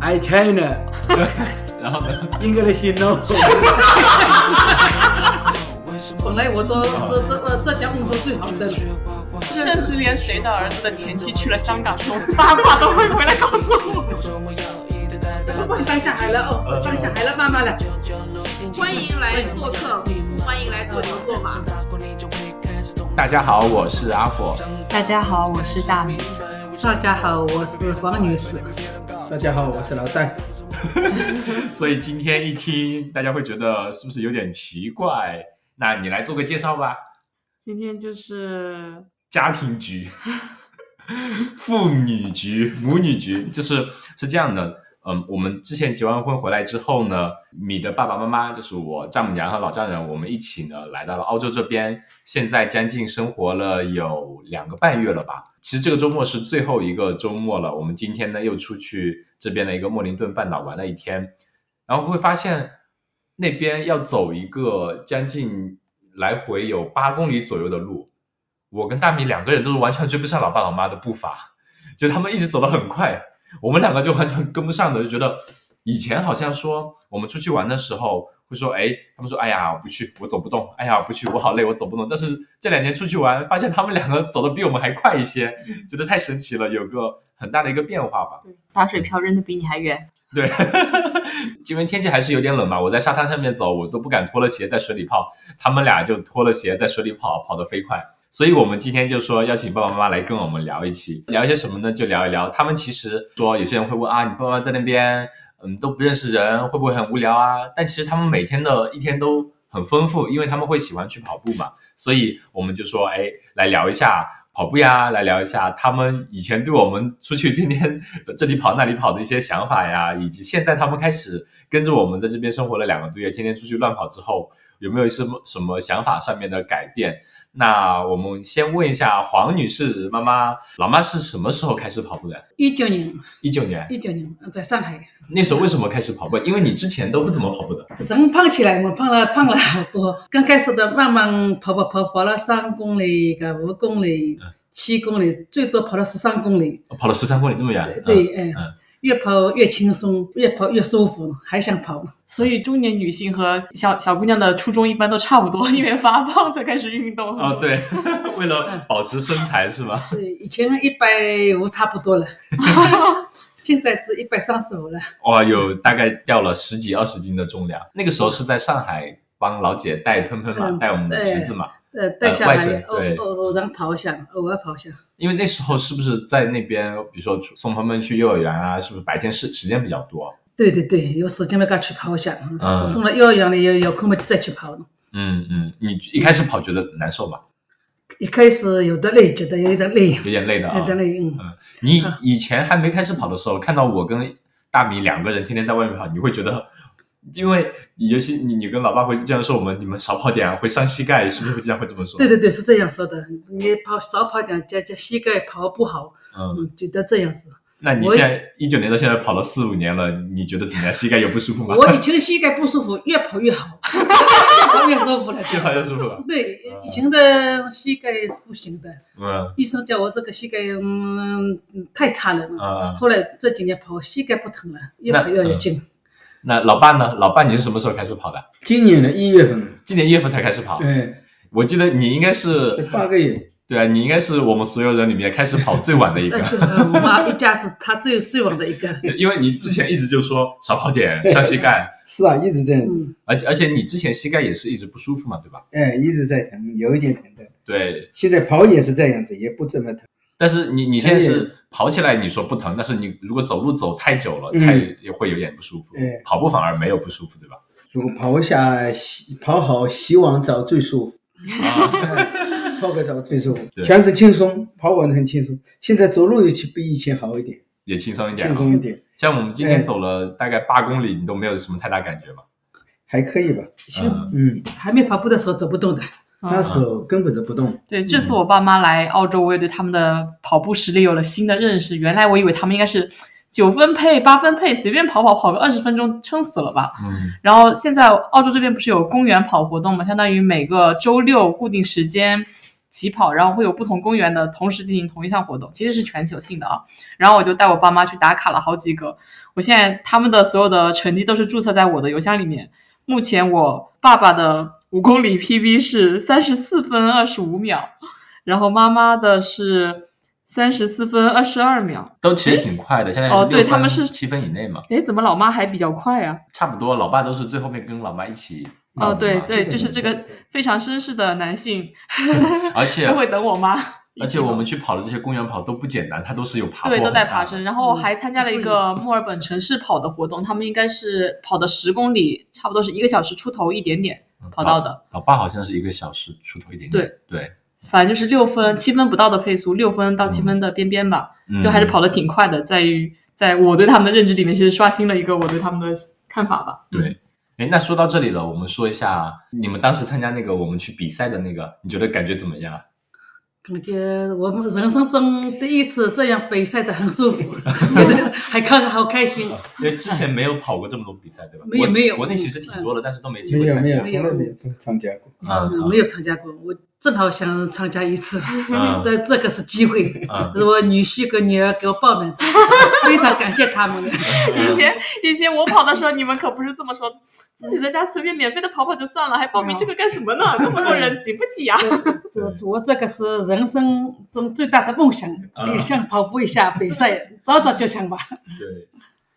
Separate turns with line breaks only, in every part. I China
然后呢？
English no，
本来我都是这呃浙江杭州最好的了。
甚至连谁的儿子的前妻去了香港什么八卦都会回来告诉我。
爸爸当小孩了哦，我当小孩了，妈妈了。
欢迎来做客，欢迎来做牛做马。
大家好，我是阿火。
大家好，我是大米。
大家好，我是黄女士。
大家好，我是老戴。
所以今天一听，大家会觉得是不是有点奇怪？那你来做个介绍吧。
今天就是
家庭局、妇女局、母女局，就是是这样的。嗯，我们之前结完婚回来之后呢，你的爸爸妈妈就是我丈母娘和老丈人，我们一起呢来到了澳洲这边，现在将近生活了有两个半月了吧。其实这个周末是最后一个周末了，我们今天呢又出去这边的一个莫林顿半岛玩了一天，然后会发现那边要走一个将近来回有八公里左右的路，我跟大米两个人都是完全追不上老爸老妈的步伐，就他们一直走得很快。我们两个就完全跟不上的，就觉得以前好像说我们出去玩的时候会说，哎，他们说，哎呀，我不去，我走不动，哎呀，我不去，我好累，我走不动。但是这两年出去玩，发现他们两个走的比我们还快一些，觉得太神奇了，有个很大的一个变化吧。
打水漂扔的比你还远。
对， 因为天气还是有点冷嘛，我在沙滩上面走，我都不敢脱了鞋在水里泡，他们俩就脱了鞋在水里跑，跑得飞快。所以我们今天就说邀请爸爸妈妈来跟我们聊一期，聊一些什么呢？就聊一聊他们其实说有些人会问啊，你爸妈在那边，嗯，都不认识人，会不会很无聊啊？但其实他们每天的一天都很丰富，因为他们会喜欢去跑步嘛。所以我们就说，哎，来聊一下跑步呀，来聊一下他们以前对我们出去天天呃这里跑那里跑的一些想法呀，以及现在他们开始跟着我们在这边生活了两个多月，天天出去乱跑之后，有没有什么什么想法上面的改变？那我们先问一下黄女士妈妈，老妈是什么时候开始跑步的？
一九年，
一九年，
一九年呃在上海，
那时候为什么开始跑步？因为你之前都不怎么跑步的。
怎么胖起来？我胖了，胖了好多。刚开始的慢慢跑跑跑跑了三公里、个五公里、七公里，最多跑了十三公里。
跑了十三公里这么远
对，对，
嗯
哎
嗯，
越跑越轻松，越跑越舒服，还想跑。
所以中年女性和小小姑娘的初衷一般都差不多，因为发胖才开始运动。
哦，对， 为了保持身材是吗？
对，以前一百五差不多了，现在只一百三十五了。
哇，有大概掉了十几二十斤的重量。那个时候是在上海帮老姐带喷喷嘛，
嗯
带我们的橘子嘛。
呃，带小
外
孩
省
偶
对
偶偶然跑一下，偶尔跑一下。
因为那时候是不是在那边，比如说送喷喷去幼儿园啊，是不是白天时时间比较多？
对对对，有时间嘛，该去跑一下。
嗯
送到幼儿园里有有空嘛，再去跑。
嗯嗯，你一开始跑觉得难受吧，
一开始有的累，觉得有点累，
有点累的啊
有。点累。嗯，
你以前还没开始跑的时候，看到我跟大米两个人天天在外面跑，你会觉得，因为尤其你你跟老爸会这样说我们，你们少跑点啊，会伤膝盖，是不是会这样会这么说？
对，对对，是这样说的。你跑少跑点，加加膝盖跑不好，
嗯。
嗯，觉得这样子。
那你
我
现在一九年到现在跑了四五年了，你觉得怎么样？膝盖有不舒服吗？
我以前的膝盖不舒服，越跑越好，越跑越舒服了。
越跑越舒服了。
对，以前的膝盖是不行的，
嗯
医生叫我这个膝盖嗯太差了嘛。
嗯。
后来这几年跑膝盖不疼了，越跑越有劲。
那老伴呢？老伴，你是什么时候开始跑的？
今年的一月份，
今年一月份才开始跑。
哎，
我记得你应该
这
是，
八个月，
对啊，你应该是我们所有人里面开始跑最晚的一
但
个，
是嗯我妈一家子，她最最晚的一个。
因为你之前一直就说少跑点，伤膝盖，
是啊，一直这样子，
而且而且你之前膝盖也是一直不舒服嘛，对吧？
哎，一直在疼，有一点疼的。
对，
现在跑也是这样子，也不怎么疼。
但是你你现在
哎
是跑起来你说不疼，但是你如果走路走太久了，
嗯
太也会有点不舒服
哎。
跑步反而没有不舒服， 对吧？
如果跑一下，洗跑好洗完澡最舒服，
啊
哎泡个澡最舒服
对，
全身轻松，跑完很轻松。现在走路也比以前好一点，
也轻松一点啊，
轻松一点，
像我们今天
哎
走了大概八公里，你都没有什么太大感觉嘛？
还可以吧？
行，
嗯，
还没跑步的时候走不动的。
那时候根本走不动。
对，这次我爸妈来澳洲，我也对他们的跑步实力有了新的认识。原来我以为他们应该是九分配、八分配，随便跑跑跑个二十分钟，撑死了吧。
嗯，
然后现在澳洲这边不是有公园跑活动嘛，相当于每个周六固定时间。起跑，然后会有不同公园的同时进行同一项活动，其实是全球性的啊。然后我就带我爸妈去打卡了好几个，我现在他们的所有的成绩都是注册在我的邮箱里面。目前我爸爸的五公里 PB 是三十四分二十五秒，然后妈妈的是三十四分二十二秒。
都其实挺快的，现在
哦
是
对
六
他们
分
是
七分以内嘛，
诶，怎么老妈还比较快啊？
差不多。老爸都是最后面跟老妈一起
哦，
弄的
对
嘛
对，
这个
就是
没
这
错
个
对
非常绅士的男性，
而且
他会等我妈。
而且我们去跑的这些公园跑都不简单，它都是有爬坡，
对，都在爬升，。然后还参加了一
嗯
个墨尔本城市跑的活动，他们应该是跑的十公里，差不多是一个小时出头一点点
嗯
跑到的，
老爸好像是一个小时出头一点点。
对
对，
反正就是六分七分不到的配速，六分到七分的边边吧，
嗯
就还是跑得挺快的，在于在我对他们的认知里面，其实刷新了一个我对他们的看法吧。
对。哎，那说到这里了，我们说一下你们当时参加那个我们去比赛的那个，你觉得感觉怎么样？啊
感觉我们人生中第一次这样比赛的很舒服，觉得还看好开心。
因为之前没有跑过这么多比赛，对吧？
没有
国
没有
国内其实挺多的，但是都没机
没
会
有
参
没
加
有，。从来没有参参加过。
嗯
嗯，没有参加过，我正好想参加一次，
嗯
这这个是机会，
嗯
是我女婿跟女儿给我报名的，非常感谢他们。
以前
嗯
以前我跑的时候，你们可不是这么说，自己在家随便免费的跑跑就算了，还报名这个干什么呢？那么多人挤不挤啊呀、
我我这个是人生中最大的梦想，
嗯
也想跑步一下比赛，早早就想吧。
对。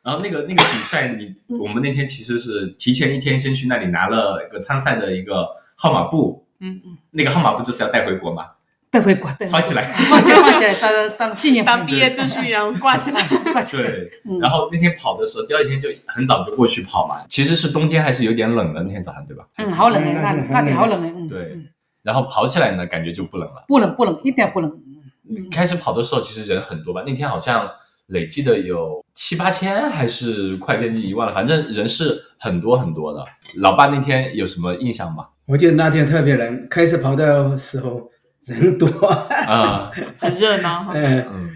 然后那个那个比赛你，我们那天其实是提前一天先去那里拿了一个参赛的一个号码布，
嗯
嗯，那个号码布就是要带回国嘛，
带回国，带回国啊
发起来。
放起来，放起来，当当纪念品
当毕业证书一样挂起来。
挂起来。
对，
嗯
然后那天跑的时候，第二天就很早就过去跑嘛，其实是冬天还是有点冷的那天早上，对吧？
嗯，好冷哎，那
嗯
那里好冷哎。嗯，
对
嗯
然后跑起来呢，感觉就不冷了。
不冷不冷，一点不冷。嗯
开始跑的时候其实人很多吧，那天好像累计的有七八千，还是快接近一万了，反正人是很多很多的。老爸那天有什么印象吗？
我记得那天特别冷，开始跑的时候人 多，
啊、
很热闹哈。
哎，
嗯，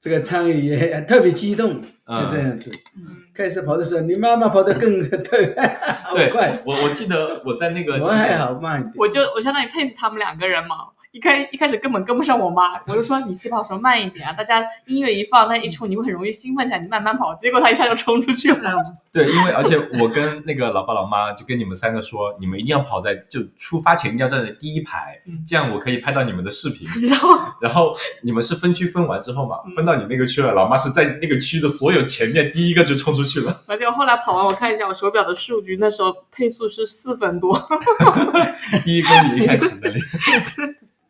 这个参与也特别激动，
嗯
就这样子。
嗯
开始跑的时候，你妈妈跑得更 对，好
对
快，，
我我记得我在那个
我还好慢一点。
我就我相当于配死他们两个人嘛。一开一开始根本跟不上我妈，我就说你起跑时候慢一点啊，大家音乐一放，大家一出，你会很容易兴奋起来，你慢慢跑。结果他一下就冲出去 了。
对，因为而且我跟那个老爸老妈就跟你们三个说，你们一定要跑在就出发前一定要站在第一排，
嗯
这样我可以拍到你们的视频。
然后嗯
然后你们是分区分完之后嘛，分到你那个区了，老妈是在那个区的所有前面第一个就冲出去了。
而且我后来跑完，我看一下我手表的数据，那时候配速是四分 多。
第一公里一开始那里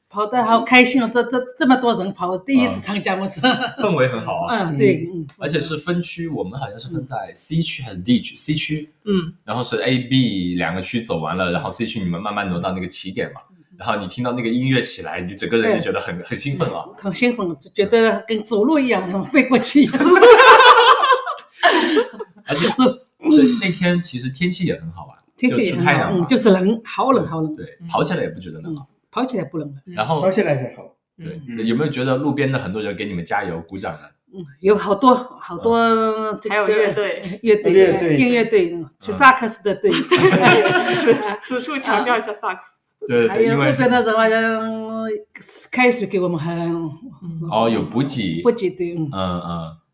跑得好开心哦，这这这么多人跑，第一次参加我是，
氛围很好啊，
嗯，对，嗯，
而且是分区，我们好像是分在 C 区还是 D 区？C 区，
嗯，
然后是 A、B 两个区走完了，然后 C 区你们慢慢挪到那个起点嘛，
嗯
然后你听到那个音乐起来，你就整个人就觉得很很兴奋了。
很兴奋，就觉得跟走路一样，嗯很飞过去一样。
而 且
是
对，那天其实天气也很好玩，啊
天气也
就出
很
太
好，
阳嘛，
嗯，就是冷，好冷好嗯冷，
对，跑起来也不觉得冷啊。
跑起来不冷了。
然后
跑起来还好，
对，
嗯
有没有觉得路边的很多人给你们加油鼓掌呢？
嗯，有好多好多，这
还有
这
乐队，
乐队，
乐队
音乐队，嗯去萨克斯的队，
此处强调一下萨克斯。
对
还
对，
有
因
路
为
边的人好像开水给我们喝，
哦有补给
不，挤兑，嗯
嗯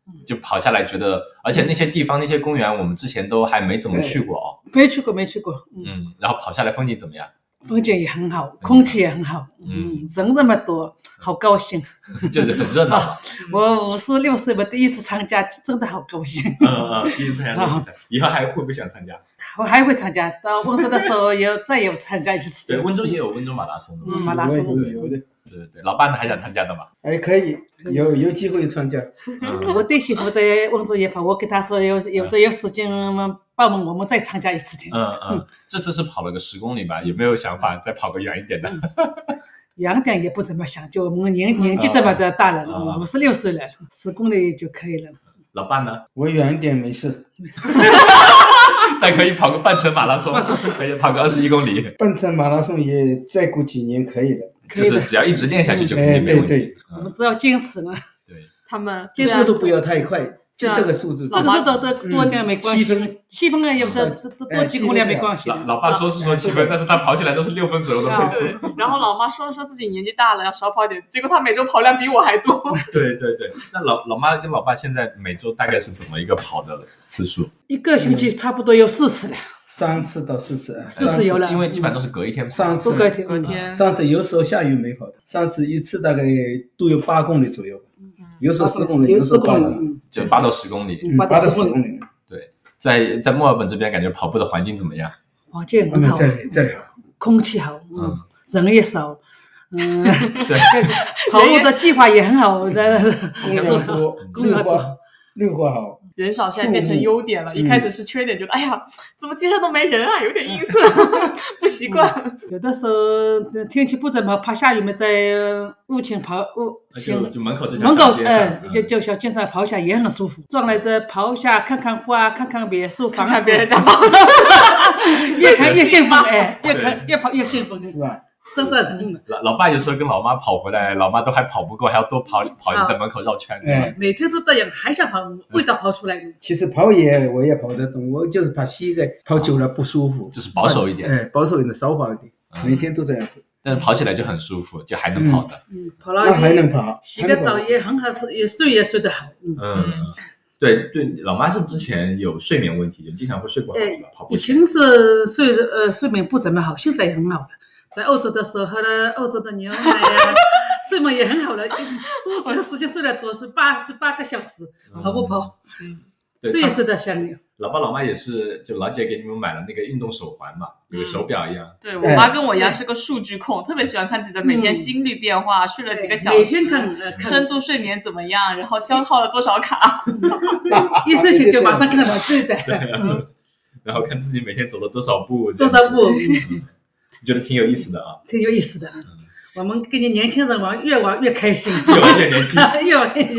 嗯，就跑下来觉得，而且那些地方那些公园我们之前都还没怎么去过哦，
没去过没去过，嗯。
嗯，然后跑下来风景怎么样？
风景也很好，空气也很好，
嗯
嗯，人这么多，好高兴。
就是很热闹嘛，
我五十六岁，我第一次参加，真的好高兴。
嗯嗯，第一次参加这个 比赛，以后还会不会想参加？
我还会参加，到温州的时候也再也参加一次
对，。温州也有温州马拉松的嘛，
嗯马拉松
有的有的，
对对对，老爸呢还想参加的 嘛，嗯
哎可以，有
嗯
有机会参加。
我弟媳妇在温州也跑，我跟她说有有的有时间报名，我们再参加一次的。
嗯嗯，这次是跑了个十公里吧，有没有想法再跑个远一点的？
两点也不怎么想，就我们年年纪这么的大
啊
了，五十六岁了，十公里就可以了。
老爸呢？
我远一点没事，
但可以跑个半程马拉松，可以跑个二十一公里，
半程马拉松也再过几年可以的。
就是只要一直练下去就肯
哎，
定没
对
问题。
对，
我们只要坚持了。
对
他们
节
对啊
奏都不要太快，就这个数字，
这个是多多多点没关系，
七分
七分啊也不
哎
是多多几公里也没关系的
哎老。老爸说是说七分，但是他跑起来都是六分左右的配速。
对然后老妈说说自己年纪大了要少跑点，结果她每周跑量比我还多。
对对对，那老老妈跟老爸现在每周大概是怎么一个跑的次数？
一个星期差不多有四次了，
嗯
三次到四次，
四次有了。
因为基本上都是隔一天跑。
上次
不隔天，
隔天
上次有时候下雨没跑的，上次一次大概都有八公里左右，有时候四公里，
嗯有
时
四
候八
公里，
公里，
嗯，
就八到十公里。
嗯八到十公里，
在在墨尔本这边，感觉跑步的环境怎么样？
哇，哦这
那
很
么
好，
嗯这里这里好，
空气好，嗯
嗯，
人也少，嗯，
对，
跑步的计划也很好，的
公园多，
嗯
绿化绿化好，
人少现在变成优点了，
嗯
一开始是缺点，觉得哎呀，怎么街上都没人啊，有点阴森， 不习惯。
有的时候天气不怎么好，怕下雨嘛，在屋前跑，屋
那
前
就就门口这条
门
小
口
街上，
哎，
嗯
就就小街上跑一下也很舒服，转来这跑一下，看看花，看看别墅房子，
看别人家 跑的，
越看越幸福，哎，越
对
看越跑越幸福，
是啊，
真的真的，
老老爸有时候跟老妈跑回来，老妈都还跑不够，还要多跑跑在门口绕圈。
哎，
每天都这样，还想跑，味道跑出来嗯了。
其实跑也我也跑得动，我就是怕膝盖跑久了不舒服，
就是保守一点，嗯
哎，保守一点，少跑一点，每天都这样子，
但是跑起来就很舒服，就还能跑的。
嗯，跑了
那还能
一
跑，
洗个澡也很好，睡也睡也睡得好，嗯。
嗯，对对，老妈是之前有睡眠问题，就经常会睡不好，
哎
是吧？跑步
以
前
前是睡呃睡眠不怎么好，现在也很好了。在欧洲的时候喝了欧洲的牛奶呀、睡眠也很好了，多睡的时间睡得多是八十八个小时，跑不跑？
嗯对
睡
他
也睡得香了。
老爸老妈也是，就老姐给你们买了那个运动手环嘛，
嗯
有个手表一样。
对我妈跟我一样是个数据控，特别喜欢看自己的每天
哎嗯
心率变化，睡了几个小时，
每天看呃看
深，度睡眠怎么样，然后消耗了多少卡。
一睡醒 就马上看了自己的嗯
然后看自己每天走了多少步，
多少步，
这样子，嗯觉得挺有意思的啊，
挺有意思的。我们跟你年轻人玩，越玩越开心，
越玩越年轻。
越玩越开心。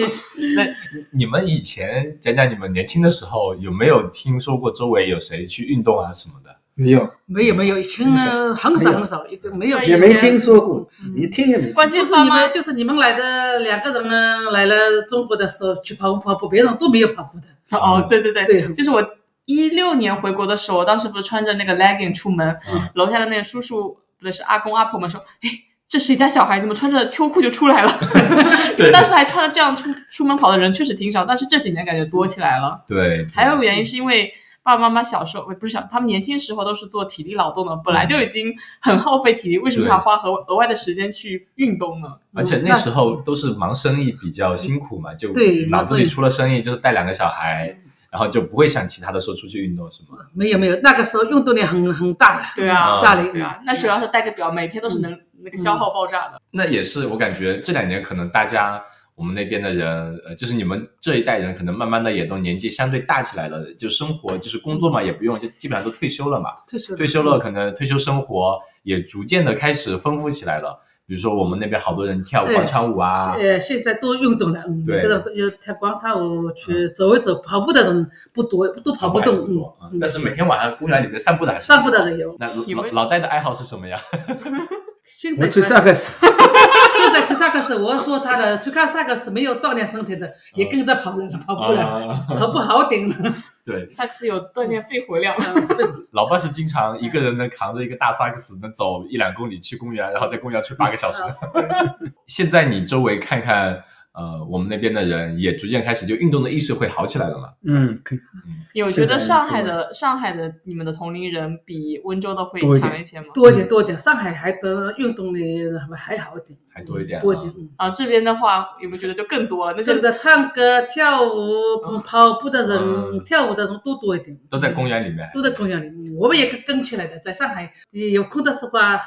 那你们以前讲讲你们年轻的时候，有没有听说过周围有谁去运动啊什么的？
没有，
没有没有，以前呢很少很少，一个没有
也没听说过，
嗯
一听也没听过
关键
就是是
爸
你
妈
们，就是你们来的两个人呢，来了中国的时候去跑步跑步，别人都没有跑步的。
哦，对对对，
对
就是我一六年回国的时候，我当时不是穿着那个 legging 出门，
嗯
楼下的那个叔叔不对是阿公阿婆们说，哎，这谁家小孩怎么穿着秋裤就出来了？就当时还穿着这样出出门跑的人确实挺少，但是这几年感觉多起来了。
对，
还有一个原因是因为。爸爸妈妈小时候，不是小，他们年轻时候都是做体力劳动的，本来就已经很耗费体力，为什么还要花额额外的时间去运动呢？
而且那时候都是忙生意，比较辛苦嘛，就
对
脑子里除了生意就是带两个小孩，然后就不会想其他的说出去运动什么。
没有没有，那个时候运动量很很大的，
对啊，
家里
对啊，那时候要是带个表，每天都是能、那个消耗爆炸的。
那也是我感觉这两年可能大家我们那边的人，呃，就是你们这一代人，可能慢慢的也都年纪相对大起来了，就生活就是工作嘛也不用，就基本上都退休了嘛。
退休
退休了，可能退休生活也逐渐的开始丰富起来了。比如说我们那边好多人跳
哎
广场舞啊，
呃，现在都运动了，嗯，
对
这种就跳广场舞去走一走，跑步的人不多，都
跑
跑
步还是不
动
多，，
嗯
嗯，但是每天晚上公园里面散步的还是
散步的人有。
那
你
老
们
老戴的爱好是什么呀？
现
我
在
吹萨克斯，
现在吹萨克斯，我说他的吹看萨克斯没有锻炼身体的，也跟着跑了，跑步了，
啊，
跑步好顶了。
对，
萨克斯有锻炼肺活量，
老爸是经常一个人能扛着一个大萨克斯，能走一两公里去公园，然后在公园吹八个小时。
嗯
现在你周围看看，呃，我们那边的人也逐渐开始就运动的意识会好起来了嘛？
嗯，可以
有觉得上海的上海的你们的同龄人比温州的会
多一点
强一些吗？
多一
嗯
点多一点，上海还得运动的还好一点，
还多一点啊
多一点。嗯
啊，这边的话有没有觉得就更多了？那些
这个唱歌、跳舞、跑步的人、
啊嗯
跳舞的人都多一点，
都在公园里面。
都在公园里。嗯我们也跟跟起来的，在上海也有空的时候啊，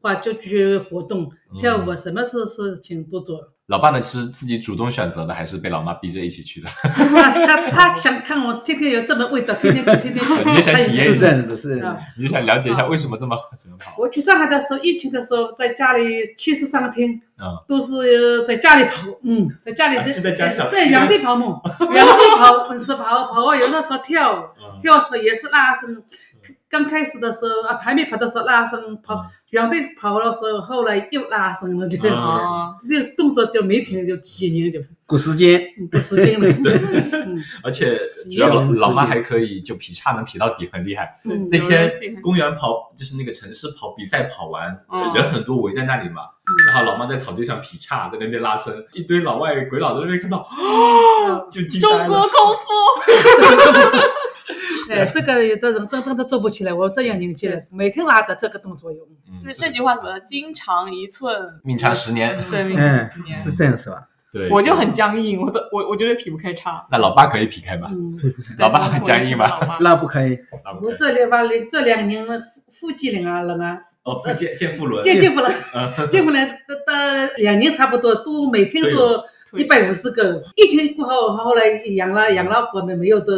话就去活动、
嗯
跳舞啊，什么事事情都做。
老爸呢是自己主动选择的，还是被老妈逼着一起去的？。
他他他想看我天天有这么味道，天天去，天天去
你也想
他
体验
是这样子，是
啊
你就想了解一下为什么这么喜欢跑？
我去上海的时候，疫情的时候，在家里七十三天，
嗯
都是在家里跑，嗯，在家里
啊是在家想
在原地 跑嘛，原地跑，是跑跑，有的时候跳，
嗯
跳的时候也是那什么，刚开始的时候啊，还没跑的时候拉伸跑
嗯，
两队跑的时候，后来又拉伸了，就、
嗯
啊，
这个动作就没停，就几 年就
鼓时间，
不使劲了。嗯
而且主要老妈还可以，就劈叉能劈到底，很厉害。
嗯
那
有
天
人性
公园跑就是那个城市跑比赛跑完，
哦嗯
人很多围在那里嘛，然后老妈在草地上劈叉，在那边拉伸，一堆老外鬼佬在那边看到，啊就惊呆
哦中国
了。
功夫，
哎，这个有的人真真的做不起来，我这样年纪了，每天拉的这个动作有。
嗯
那
这
那
是
句话怎么了？经常一寸，
命长十年，
对，命长
嗯
十，年。
是这样是吧？
对，
我就很僵硬，我的我我觉得劈不开叉。
那老爸可以劈开吧？
嗯，
老爸很僵硬吧？
吧？
那不可以，
嗯
老爸
我这里吧，这两年腹腹肌人啊，人啊，
哦，腹健健腹轮，
见见不了，
嗯
见不了，到到两年差不多，都每天
对
做一百五十个。疫情过后，后来养了养老婆们没有都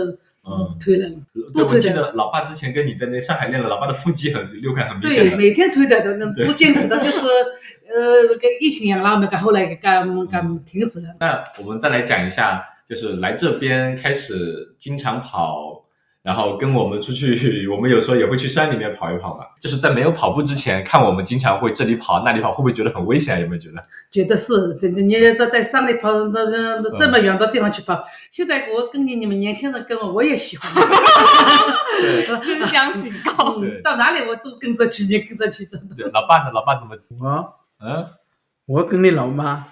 嗯，
推了，
对，
多
我
推
记
点
得老爸之前跟你在那上海练了，老爸的腹肌很六块很明显
对，
的，
每天推的都能不坚持的，就是呃，跟疫情养老们，后来给干
嗯
干停止了。
那我们再来讲一下，就是来这边开始经常跑，然后跟我们出去， 我们有时候也会去山里面跑一跑嘛。就是在没有跑步之前，看我们经常会这里跑那里跑，会不会觉得很危险啊？有没有觉得？
觉得是，真的，你在在山里跑，那那
嗯
那这么远的地方去跑。现在我跟你你们年轻人跟我，我也喜欢。
真相警告，
对
到哪里我都跟着去，你跟着去，真的。
对，老爸呢？老爸怎么？
我
嗯，
我跟你老妈，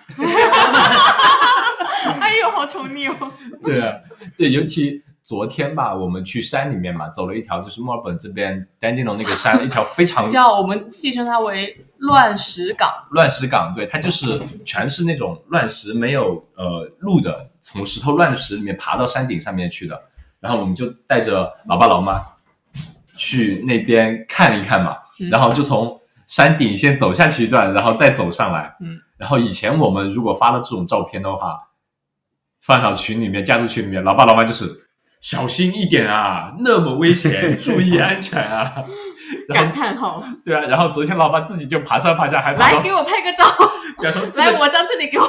哎呦，好宠溺哦！
对啊， 对，尤其。昨天吧，我们去山里面嘛，走了一条就是墨尔本这边丹丁龙那个山，一条非常
叫我们戏称它为乱石岗，
乱石岗，对，它就是全是那种乱石，没有呃路的，从石头乱石里面爬到山顶上面去的。然后我们就带着老爸老妈去那边看一看嘛，
嗯
然后就从山顶先走下去一段，然后再走上来。
嗯，
然后以前我们如果发了这种照片的话，放到群里面、家族群里面，老爸老妈就是小心一点啊，那么危 险，注意安全啊。然
感
后
叹号，
对啊，然后昨天老爸自己就爬上爬下，还爬到
来给我拍个照，
假如说这
来
个
我站这里给我，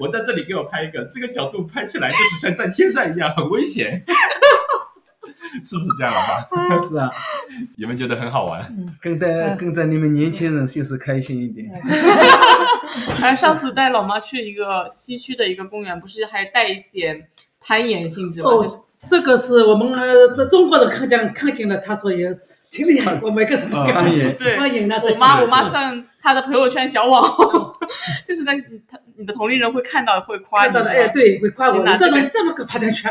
我在这里给我拍一个，这个角度拍起来就是像在天上一样，很危险， 是不是这样，老 爸？
是啊，
有没有觉得很好
嗯
玩？
跟着
嗯
跟着你们年轻人就是开心一点，
还哎上次带老妈去一个西区的一个公园，不是还带一点攀岩性质吗？
哦
就是，
这个是我们呃，这中国人看见看见了，他说也挺厉害，我每个人都
攀
啊看。
岩，
对，
欢迎那
我妈
对
我妈算她的朋友圈小网红， 就是那她你的同龄人会看到会夸
看
你
到了，哎，
是吧，
对，会夸我，
天哪
你
这
这种
个，
这么个爬上去，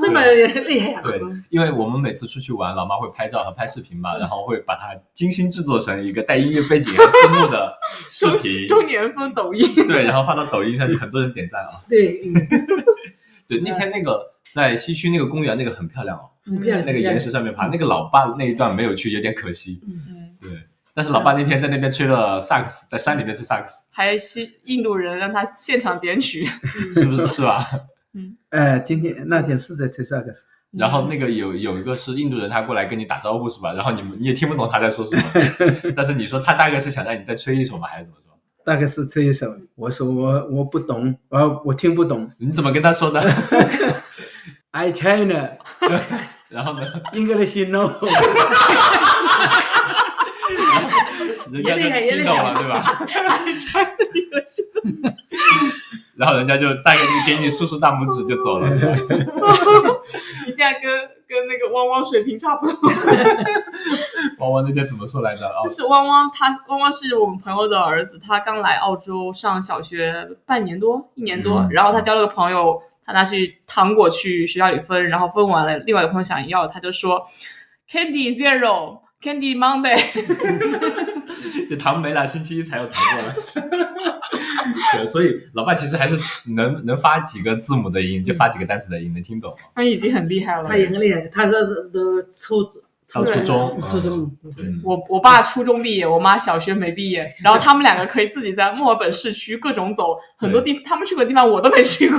这么厉害啊！
对，因为我们每次出去玩，老妈会拍照和拍视频
嗯
嘛，然后会把它精心制作成一个带音乐背景和字幕的视频
中年风抖音，
对，然后发到抖音上去，很多人点赞啊。
对，嗯
对，那天那个在西区那个公园，那个很漂亮哦，
很漂亮。
那个岩石上面爬，那个老爸那一段没有去，有点可惜。
嗯
对，但是老爸那天在那边吹了萨克斯，在山里面吹萨克斯。
还西印度人让她现场点曲，
是不是是吧？
哎，今天那天是在吹萨克斯，
然
嗯
后那个有有一个是印度人，他过来跟你打招呼是吧？然后你们你也听不懂他在说 什么，但是你说他大概是想让你再吹一首吗？还是怎么说？
大概是吹一首，我说我我不懂，我我听不懂
你怎么跟他说的？
，I China
然后呢，
English no，
人家
也厉害
就
也
听
厉
懂
害
了 对吧？ 然后人家就大概就给你竖竖大拇指就走了是吧？
你现在跟跟那个汪汪水平差不多。
汪汪那天怎么说来着？哦
就，是汪汪他，汪汪是我们朋友的儿子，他刚来澳洲上小学半年多、一年多，
嗯
然后他交了个朋友，他拿去糖果去学校里分，然后分完了，另外一个朋友想要，他就说 Candy Zero。Candy Monday，
这糖没了，星期一才有糖过来。 对，所以老爸其实还是能能发几个字母的音，就发几个单词的音，能听懂吗？
他已经很厉害了
他。也很厉害，他是都初
上初
对
中，
初中，
嗯，
我我爸初中毕业，我妈小学没毕业，然后他们两个可以自己在墨尔本市区各种走，很多地他们去过的地方我都没去过，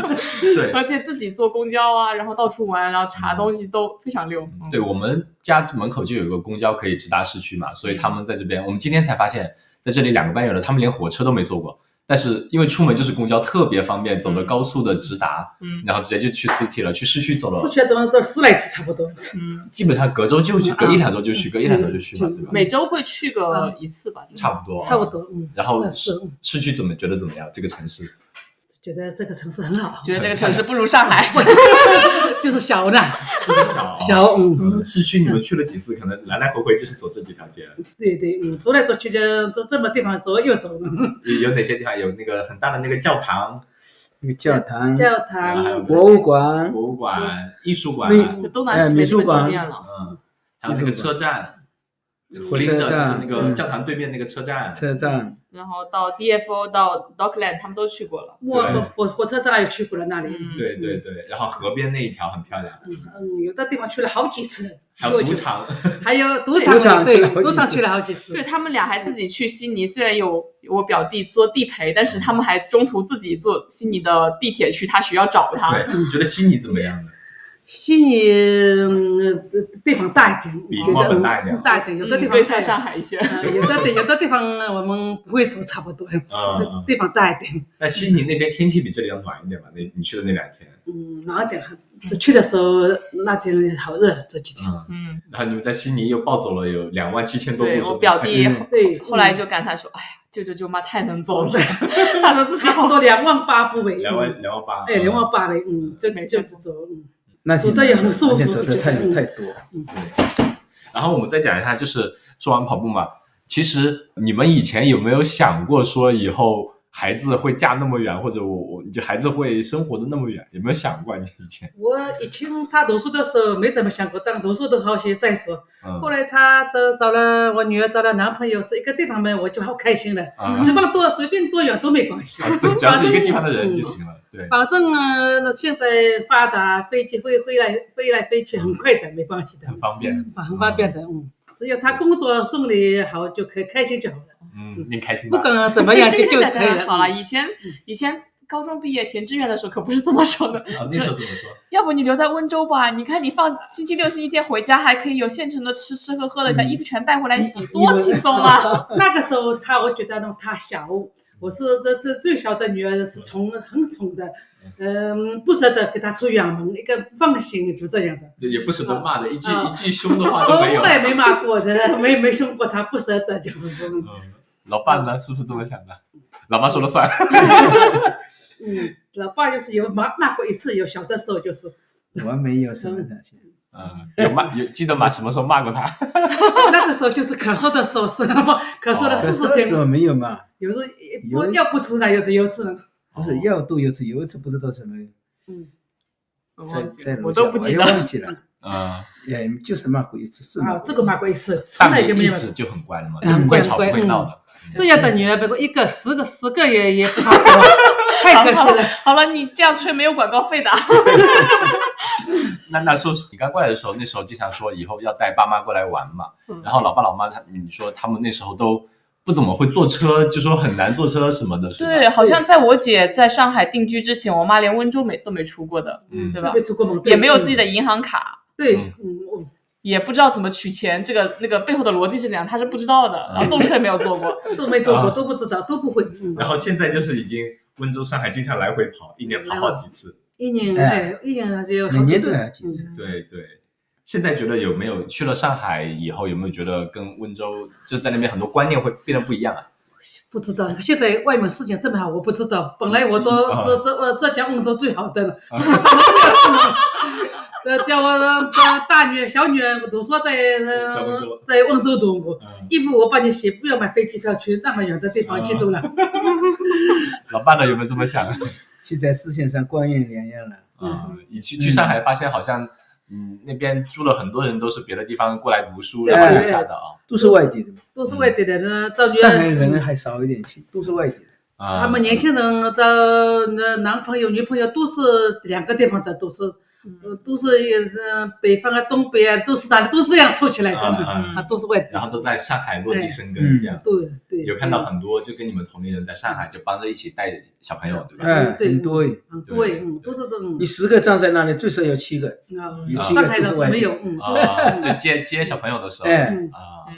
对
而且自己坐公交啊，然后到处玩，然后查东西都非常溜。嗯
对，我们家门口就有一个公交可以直达市区嘛，所以他们在这边，我们今天才发现，在这里两个半月了，他们连火车都没坐过。但是因为出门就是公交特别方便，走的
嗯
高速的直达，
嗯
然后直接就去 city 了，去市区走
四
了，
圈走走十来次差不多。
嗯，
基本上隔周就去，隔
嗯
一两周就去，隔一两周就去嘛，对吧？
每周会去个一次吧，
差不多，啊
差不。多，嗯，
然后
那
市
是嗯
市区怎么觉得怎么样？这个城市
觉得这个城市很好，
觉得这个城市不如上 海。
就是小 呢，
哦
就是小
小，嗯，
嗯，市区你们去了几次？可能来来回回就是走这几条街。
对对，嗯，走来走去就走这么地方走又走，嗯
有有哪些地方有那个很大的那个教堂，
那个教堂、
教
然后还有
堂，
博物馆、
博物馆、艺术馆，啊
那
这东南西北
美术
这么
馆
正面了，
嗯，还有那个车站，胡林的
车
就是
站
那个
嗯
教堂对面那个车站，
车站，
然后到 DFO 到 Dockland 他们都去过了。
我
对
火火车站也去过了那里，
嗯，
对对对，然后河边那一条很漂亮，
嗯，有的地方去了好几次了，
还有
去
赌
过
场，
还有赌场
赌场
对
去了好几，次
赌场去了好几次
对。他们俩还自己去悉尼，虽然有我表弟做地陪，但是他们还中途自己坐悉尼的地铁去他学校找他。
对，你觉得悉尼怎么样呢？
悉尼嗯地方大一点，
比
我
墨尔
觉
本
得
大一点
嗯大一点，有的地
嗯
方
对像上海一些。
嗯有的地有的地方呃我们不会走，差不多，
嗯
地方大一点，
那悉尼那边天气比这里要暖一点吧？那你去的那两天，
嗯，暖一点。这去的时候那天好热，这几天。
嗯，
嗯，
然后你们在悉尼又暴走了有两万七千多步
对
手
我
步，
表弟
嗯
对，
后来
嗯
就感叹说：“哎呀，舅舅舅妈太能走了。” 他说自己
差
好
不多两万八不为，
两万两万八，
哎，两万
嗯
八为，嗯，就
没
就
错
走，嗯，
那
走得也很舒服
那天走
就
的
觉得
太
嗯
太多，
然后我们再讲一下，就是说完跑步嘛，其实你们以前有没有想过说以后孩子会嫁那么远，或者我我就孩子会生活的那么远，有没有想过啊你以前？
我以前他读书的时候没怎么想过，但读书的好些再说。
嗯，
后来他找找了我女儿找了男朋友，是一个地方人，我就好开心了。
啊
随便多随便多远都没关系，
只要是一个地方的人就行了。对，
反正呃，那现在发达，飞机飞飞来飞来飞去很快的，没关系的
很，方便。
很方便的，嗯。只要他工作顺利好就可以开心就好了，
嗯，你开心
不
吧？
管
哎
怎么样就就
现在
可以 了。 嗯
好了，
嗯
以前以前高中毕业填志愿的时候可不是这么说的，
啊，那时候怎么说？
要不你留在温州吧？你看你放星期六、星期天回家，还可以有现成的吃吃喝喝的，把衣服全带回来洗，多轻松 啊！
那个时候他，我觉得呢，他小，我是这这最小的女儿是宠很宠的，嗯，不舍得给她出远门，一个不放心，就这样的，
对也不舍得骂的，一句
啊
一句凶的话都没 有
从。来没骂过的，没没凶过她，不舍得就是，嗯，
嗯，老伴呢？是不是这么想的？老妈说了算。
嗯老爸就是有骂骂过一次，有小的时候就是，
我没有什么想象。
嗯，有骂有记得骂什么时候骂过他？
那个时候就是咳嗽的时候是 不咳嗽了
可是
四十
那时
天，
候没有嘛，
有时候
哦有
不要不吃呢，有时有吃啊呢，
不是要度有次有一次不知道什么，
我
在
忘记
在
了
楼
我
下
都不记
也
得。
忘记了，
嗯，
也哎就是骂过一次是骂
啊，
过一
这个
次
骂过一次，从
但
来就没
一
有。
直就很乖的嘛，
嗯
不会吵不
乖
会
嗯
闹的。
这样的女儿，不过一个十个十个也也不放过，太可惜了。
好了，你这样吹没有广告费的啊。
那那时候你刚过来的时候，那时候经常说以后要带爸妈过来玩嘛。
嗯
然后老爸老妈他你说他们那时候都不怎么会坐车，就说很难坐车什么的，是 吧
对，，好像在我姐在上海定居之前，我妈连温州没都没出过的，
嗯
对嗯
特
吧
别？出过门，对
也没有自己的银行卡，
对，
嗯
嗯，嗯
也不知道怎么取钱，这个那个背后的逻辑是怎样，她是不知道的，然后动车也没有坐过。
嗯这都没做过，
啊
都不知道，都不会。嗯，
然后现在就是已经温州、上海经常来回跑，一年跑好几次。
一年
哎
哎，一年就好
每年
次嗯
都有几次，
对对，现在觉得有没有去了上海以后，有没有觉得跟温州就在那边很多观念会变得不一样啊？
不知道。现在外面事情这么好，我不知道。本来我都是
啊
浙呃浙江温州最好的了，我怎么没有去 呢？呃，叫我的大大女儿、小女儿读书在呃
在温州
在温州读过。
嗯，
衣服我帮你洗，不要买飞机票去那么远的地方去住了。
啊老伴呢有没有这么想？
现在视线上光影两样了，
嗯
啊，你去去上海发现好像，嗯，那边住了很多人都是别的地方过来读书
对
然后留下的啊
都是外地的嘛，
都是嗯外地的人，赵女
上海
儿
人还少一点，去都是外地的。
啊，
他们年轻人找那男朋友、女朋友都是两个地方的，都是，呃都是呃北方啊、东北啊，都是哪里都是这样凑起来的嘛，
嗯嗯
啊，都是外地
然，后都在上海落地生根，
嗯
这样
对对，
有看到很多就跟你们同龄人在上海就帮着一起带小朋友，对吧？
哎，
嗯对
很多哎，
很多
对
嗯，都是这种
你十个站在那里，最少有七个。
啊，
你
是
上海的朋友，嗯，
啊，就接接小朋友的时候
哎，
嗯，
啊，
嗯，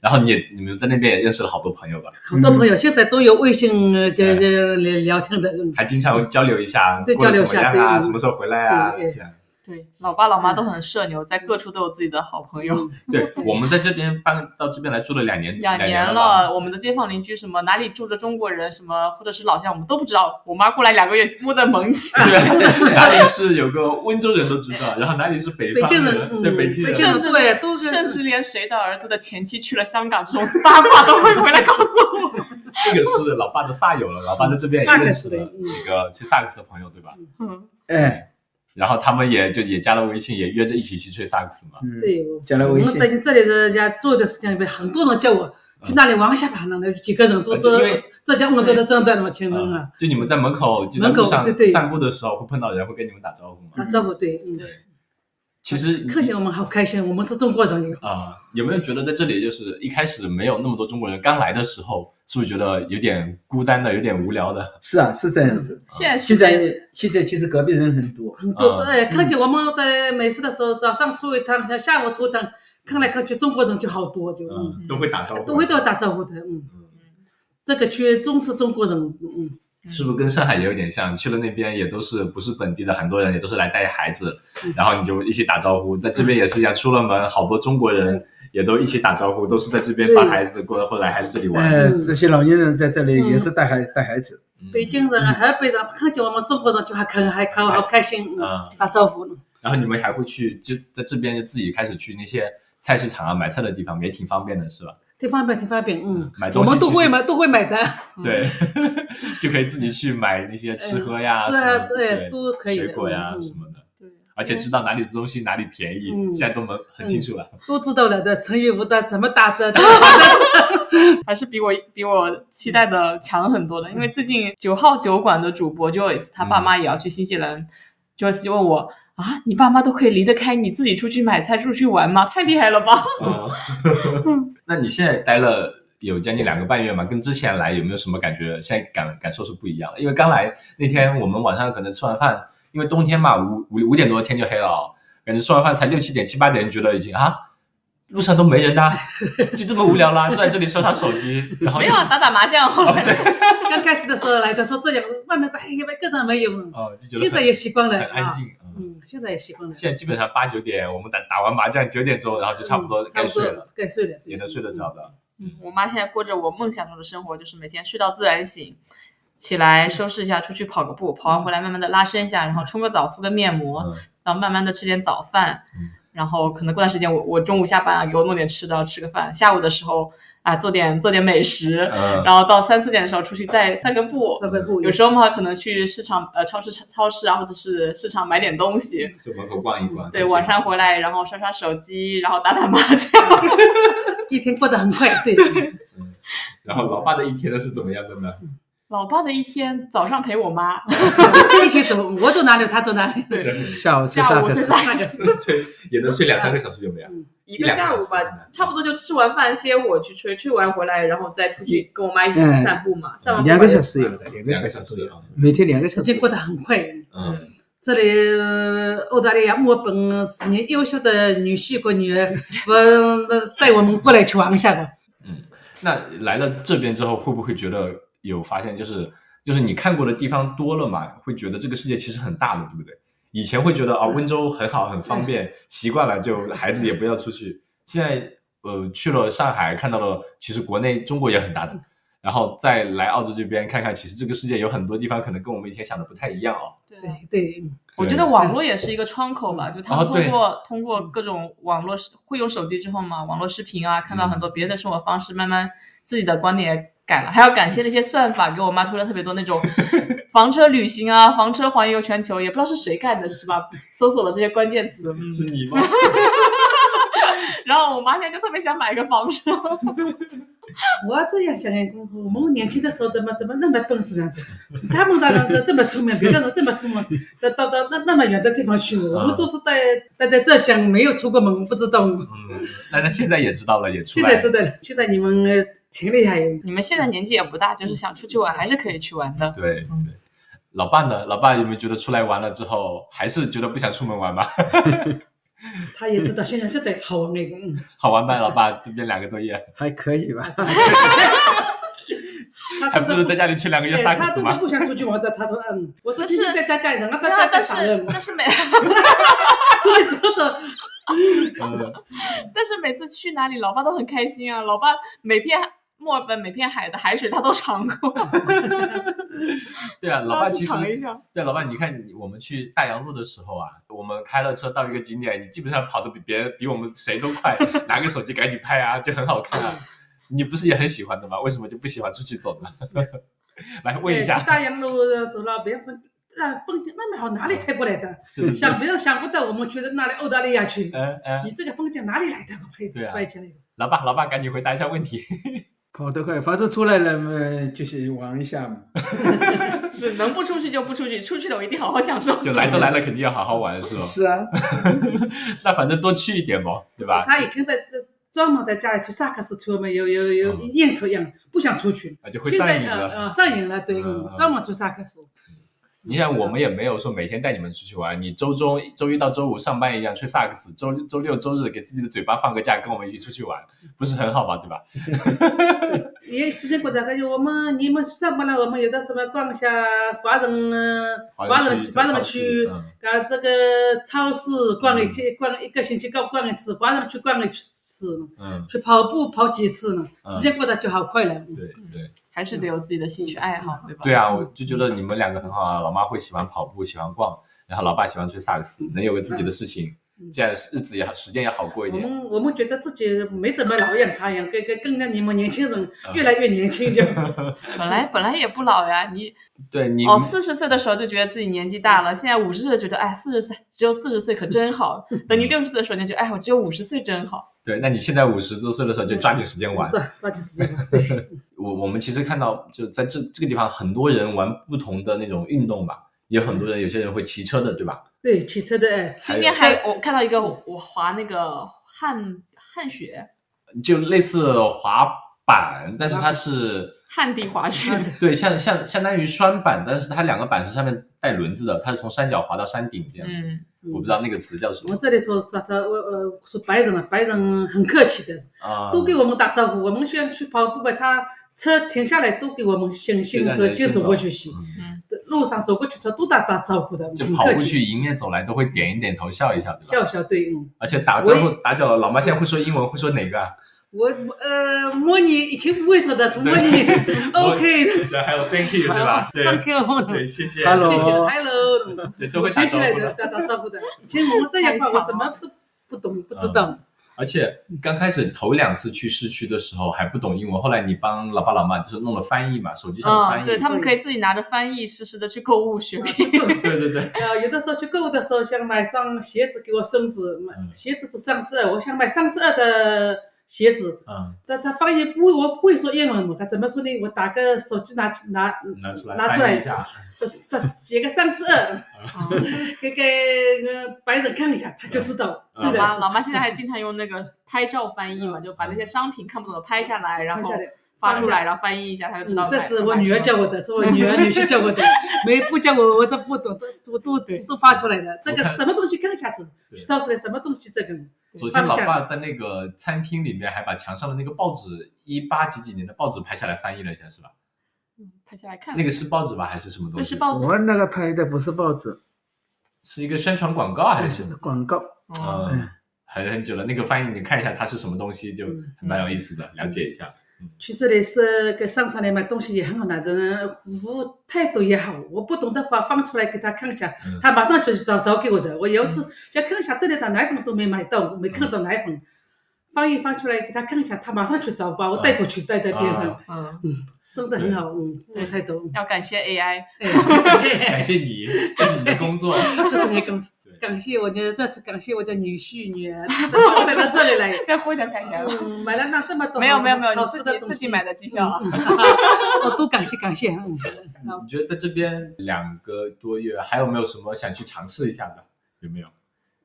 然后你也你们在那边也认识了好多朋友吧？
好多朋友现在都有微信呃这这聊聊天的，嗯
还经常交流一下，
对
过得
交流一
怎么
下
样啊，
对
什么时候回来啊？
对对
这样。
对，老爸老
嗯
妈都很社牛，在各处都有自己的好朋友。
对我们在这边搬到这边来住了两年，
两
年
年
吧。
了，我们的街坊邻居什么哪里住着中国人什么，或者是老乡，我们都不知道。我妈过来两个月，摸得蒙起来，
对，哪里是有个温州人都知道，然后哪里是北
北
方
京
人，
人
对
嗯
北京
北
人，
京人
甚至是
对都是
甚至连谁的儿子的前妻去了香港这种八卦都会回来告诉 我。
这个是老爸的萨友了，老爸在这边也认识了
嗯
几个吹萨克斯的朋友，对吧？
哎，
然后他们也就也加了微信，也约着一起去吹萨克斯嘛。
嗯，
对，
加了
我
微
们
信
在，这里的人家做的事情里面，很多人叫我去那里玩一下吧，那那几个人都是
因为
浙江温州的正的那么群人
嗯
啊，，
就你们在门口就在
门口
路上
对对
散步的时候会碰到人，会跟你们打招呼
打
嘛？
招呼对，嗯，
对，其实
看见我们好开心，我们是中国人，
啊、有没有觉得在这里就是一开始没有那么多中国人，刚来的时候是不是觉得有点孤单的，有点无聊的？嗯
是啊，是这样子。
嗯
现在
现
是
在现在其实隔壁人很多，
很多
啊
哎，看见我们在美食的时候，早上出一趟，下下午出一趟，看来看去中国人就好多，就嗯，
嗯，都会打招呼，
都会都打招呼的，嗯
嗯，
这个区中是中国人，嗯，
是不是跟上海也有点像？去了那边也都是不是本地的，很多人也都是来带孩子，
嗯
然后你就一起打招呼。在这边也是一样，出了门，好多中国人也都一起打招呼，都是在这边
嗯对
把孩子过来或来孩子这里玩。
呃，
嗯
这些老年人在这里也是带孩带孩子，
嗯
北京人啊，河北人看见我们中国人就还很还开好开心，嗯，
啊、
打招呼呢，
然后你们还会去就在这边就自己开始去那些菜市场啊买菜的地方，也挺方便的，是吧？
挺方便挺方便，嗯
买，
我
东西
们都
其实
会买都 会买的。
对， 就可以自己去买那些吃喝呀，什
嗯是
么
啊
的
对
对，
都可以的
水果呀
嗯
什么的。
对，
而且知道哪里的东西哪里便宜，
嗯
现在都能很清楚了。
都知道了的，成语无端怎么打 折，怎么打折
还是比我比我期待的强很多的。因为最近九号酒馆的主播 Joyce，他爸妈也要去新西兰、j o y c e 就问我啊，你爸妈都可以离得开，你自己出去买菜、出去玩吗？太厉害了吧！
啊，那你现在待了有将近两个半月嘛，跟之前来有没有什么感觉？现在感感受是不一样的，因为刚来那天我们晚上可能吃完饭，因为冬天嘛，五五五点多天就黑了哦，感觉吃完饭才六七点、七八点，觉得已经啊。路上都没人啦、就这么无聊啦，坐在这里刷刷手机，然后
没有啊打打麻将，后来
刚开始的时候来的时候这样，外面咋一个人没有呢？
哦，就觉得
现在
很
也习惯了，
很安
啊，
静。嗯
嗯，现在也习惯了，
现在基本上八九点，我们打打完麻将九点钟，然后就差不多
嗯
该睡
差不
了，
多该睡了，
也能睡得着的。
嗯我妈现在过着我梦想中的生活，就是每天睡到自然醒，起来收拾一下，出去跑个步，跑完回来慢慢的拉伸一下，然后冲个澡，敷个面膜，
嗯
然后慢慢的吃点早饭，
嗯
然后可能过段时间我我中午下班啊，给我弄点吃的，然后吃个饭，下午的时候啊做点做点美食，
嗯
然后到三四点的时候出去再散个步。
上班不
有时候嘛，可能去市场呃超市超市啊，或者是市场买点东西。
就门口逛一逛。
对，
再
晚上回来，然后刷刷手机，然后打打麻将。
一天过得很快， 对，
然后老爸的一天是怎么样的呢？
老爸的一天，早上陪我妈，
一起走，我走哪里他走哪里，
下午吃
下
萨
午
克
是
斯，
萨克斯，
吹也能睡两三个小时有没有？
嗯
一个下午
一两个小
吧
时，
差不多就吃完饭歇会儿去吹，吹完回来，然后再出去跟我妈一起
嗯
散步嘛，散完步
两个
回来
小
就
时有的，两个
两个
小
小
时
时
都有
啊，
每天两个小
时
时
间。过得很快。
嗯，
这里呃澳大利亚墨尔本是你优秀的女婿和女儿，我带我们过来去玩一下吧。
那来了这边之后，会不会觉得有发现，就是就是你看过的地方多了嘛，会觉得这个世界其实很大的，对不对？以前会觉得啊、温州很好，很方
嗯
便，习惯了就孩子也不要出去。现在呃去了上海，看到了其实国内中国也很大
嗯
的，然后再来澳洲这边看看，其实这个世界有很多地方可能跟我们以前想的不太一样哦。
对
对对，
我觉得网络也是一个窗口吧，就他们
哦
通
对
过、通过各种网络视会用手机之后嘛，网络视频啊，看到很多别的生活方式，慢慢自己的观点也改了。还要感谢那些算法，给我妈推了特别多那种房车旅行啊、房车环游全球，也不知道是谁干的，是吧？搜索了这些关键词，嗯
是你吗？
然后我妈现在就特别想买一个房车。
我这样想，我们年轻的时候怎么怎么那么笨质呢？他们当然都这么聪明，别的人这么聪明，到到到那那么远的地方去，我们都是在待在浙江，没有出过门，不知道。
嗯，但是现在也知道了，也出
现
来
在
了。
知道了，现在你们呃挺厉害，
你们现在年纪也不大，
嗯
就是想出去玩还是可以去玩的。
对对，老爸呢？老爸有没有觉得出来玩了之后，还是觉得不想出门玩吗？
他也知道现在现在好玩那个，嗯，
好玩吧，老爸，这边两个多 月，
还可以吧？
嗯
他
还
真
不
的
如在家里吹两个月
哎
萨克
他
斯
真的
嘛。
不想出去玩的，他说嗯，我说
但
今
是
天在家家里，然后他
对啊
带，
但
带傻
是
人嘛，
但是每
出去走走，
嗯
但是每次去哪里，老爸都很开心啊。老爸每片墨尔本每片海的海水他都尝过，
对啊，老爸
去
其实
尝一下。
对老爸，你看你我们去大洋路的时候啊，我们开了车到一个景点，你基本上跑得比别人比我们谁都快，拿个手机赶紧拍啊，就很好看啊。你不是也很喜欢的吗？为什么就不喜欢出去走呢？ 来问一
哎
下
去，大洋路走了，别人说那风景那么好，哪里拍过来的？
对对
想
对，
别人想不到我们去的那里澳大利亚去，
嗯嗯，
你这个风景哪里来的？拍
对啊
拍起来。
老爸老爸，赶紧回答一下问 题。
跑得快，反正出来了嘛，就是玩一下嘛。
是能不出去就不出去，出去了我一定好好享受。
就来都来了，肯定要好好玩，是吧？
是啊，
那反正多去一点嘛，对吧？
他以前在这专门在家里吹萨克斯，吹嘛有有有
嗯
烟头一样，不想出去。
啊，就会
现
上
在
瘾
呃
了。
呃上瘾了，对，
嗯嗯
专门吹萨克斯。
你想，我们也没有说每天带你们出去玩，你周中、周一到周五上班一样吹萨克斯，周周六、周日给自己的嘴巴放个假，跟我们一起出去玩，不是很好吗？对吧？
也时间过得感觉我们你们上班了，我们有的什么逛一下华人呃华人
区
华人
去
区，，啊这个超市逛一次，逛一个星期逛逛一次，华人区逛一次，
嗯，
去跑步跑几次呢？
嗯
时间过得就好快了。
嗯对对
还是得有自己的兴趣爱好，对吧？
对啊，我就觉得你们两个很好啊，老妈会喜欢跑步，喜欢逛，然后老爸喜欢吹萨克斯，能有个自己的事情，
嗯
这样日子也好，时间也好过一
我
点。
们我们觉得自己没怎么老样啥样，跟跟跟着你们年轻人
嗯
越来越年轻就。
本来本来也不老呀，你
对你
哦，四十岁的时候就觉得自己年纪大了，现在五十岁就觉得哎，四十岁只有四十岁可真好。等你六十岁的时候，你就觉得哎，我只有五十岁真好。
对，那你现在五十多岁的时候就抓紧时间玩，
对，抓紧时间吧。
我我们其实看到，就在这这个地方，很多人玩不同的那种运动吧，也有很多人，
嗯
有些人会骑车的，对吧？
对，骑车的哎，
今天还我看到一个我滑那个旱旱雪
就类似滑板，但是它是
旱地滑雪，
对，像像相当于双板，但是它两个板是上面带轮子的，它是从山脚滑到山顶这样子。
嗯，
我不知道那个词叫什
我
么
这里说说他我呃说白人了，白人很客气的，
啊，
都给我们打招呼。我们现在去跑步吧，他车停下来都给我们先
就
先
让
走
人先
先走
走
过去行，
嗯
路上走过去车都打打招呼的，
就
很
跑
客
过
气，
去，迎面走来都会点一点头，笑一笑，对吧？
笑笑对，嗯，
而且打
我
招
也
呼打脚，老妈现在会说英文，会说哪个啊？
我呃模拟以前不会说的，从模拟 OK
对，还有 Thank you，对吧？对
上 K 我
对，谢谢
Hello
谢谢 Hello，
对都
我
会打招
学起来
呼
的
的。
打打招呼的，以前我们这样话我什么都不懂不知
嗯
道，
而且刚开始头两次去市区的时候还不懂英文，后来你帮老爸老妈就是弄了翻译嘛，手机上
哦
的翻
嗯，
译。
对他们可以自己拿着翻译实时的去购物
啊
学品。
对对对
呃，有的时候去购物的时候，想买双鞋子给我孙子，买
嗯
鞋子是三十二，我想买三十二的鞋子，
嗯，
但他翻译不会，我不会说英文嘛，他怎么说呢？我打个手机拿拿
拿出来
拿出
翻
来
译一下，啊
三写个三十二，给给呃白人看一下，他就知道，
嗯
老
对的，
妈
是
啊老妈现在还经常用那个拍照翻译嘛，就把那些商品看不懂的拍下来，然
看
后
下来。
发出来，然后翻译一下，他就知道
嗯，
买。
这是我女儿教
我。
我的，是我女儿女婿教 我的，没不教我，我这不懂，都都都都发出来的。这个
我看
什么东西看一下子，
对
去超市里什么东西这个，
昨天老爸在那个餐厅里面还把墙上的那个报纸，一八几几年的报纸拍下来翻译了一下，是吧？
嗯拍下来看。
那个是报纸吧，还是什么东
对
西？
是报纸
我。那个拍的不是报纸，
是一个宣传广告还是
是
什么？
广告。
嗯
嗯，很很久了。那个翻译你看一下它是什么东西，就
嗯
蛮有意思的，了解一下。
去这里是给商场里买东西也很好拿的，服务态度也好。我不懂的话放出来给他看一下
嗯，
他马上就找找给我的。我有一次
嗯
想看一下这里的奶粉都没买到，没看到奶粉，翻译翻出来给他看一下，他马上去找，把我带过去带在边上，
啊
嗯，
真的很好，嗯，服务态度。
要感谢 AI。
哎，
感谢你，这是你的工作。
这是你的感 谢
对
感谢，我觉得这次感谢我的女婿女儿，把我带到这 里来，
要互相感谢了。
嗯，买了那这么多
没有没有没有，
好
你
吃
自
的
己
东西嗯
自己买 的机票啊。
我都感谢感谢，嗯，
你觉得在这边两个多月，还有没有什么想去尝试一下的？有没有？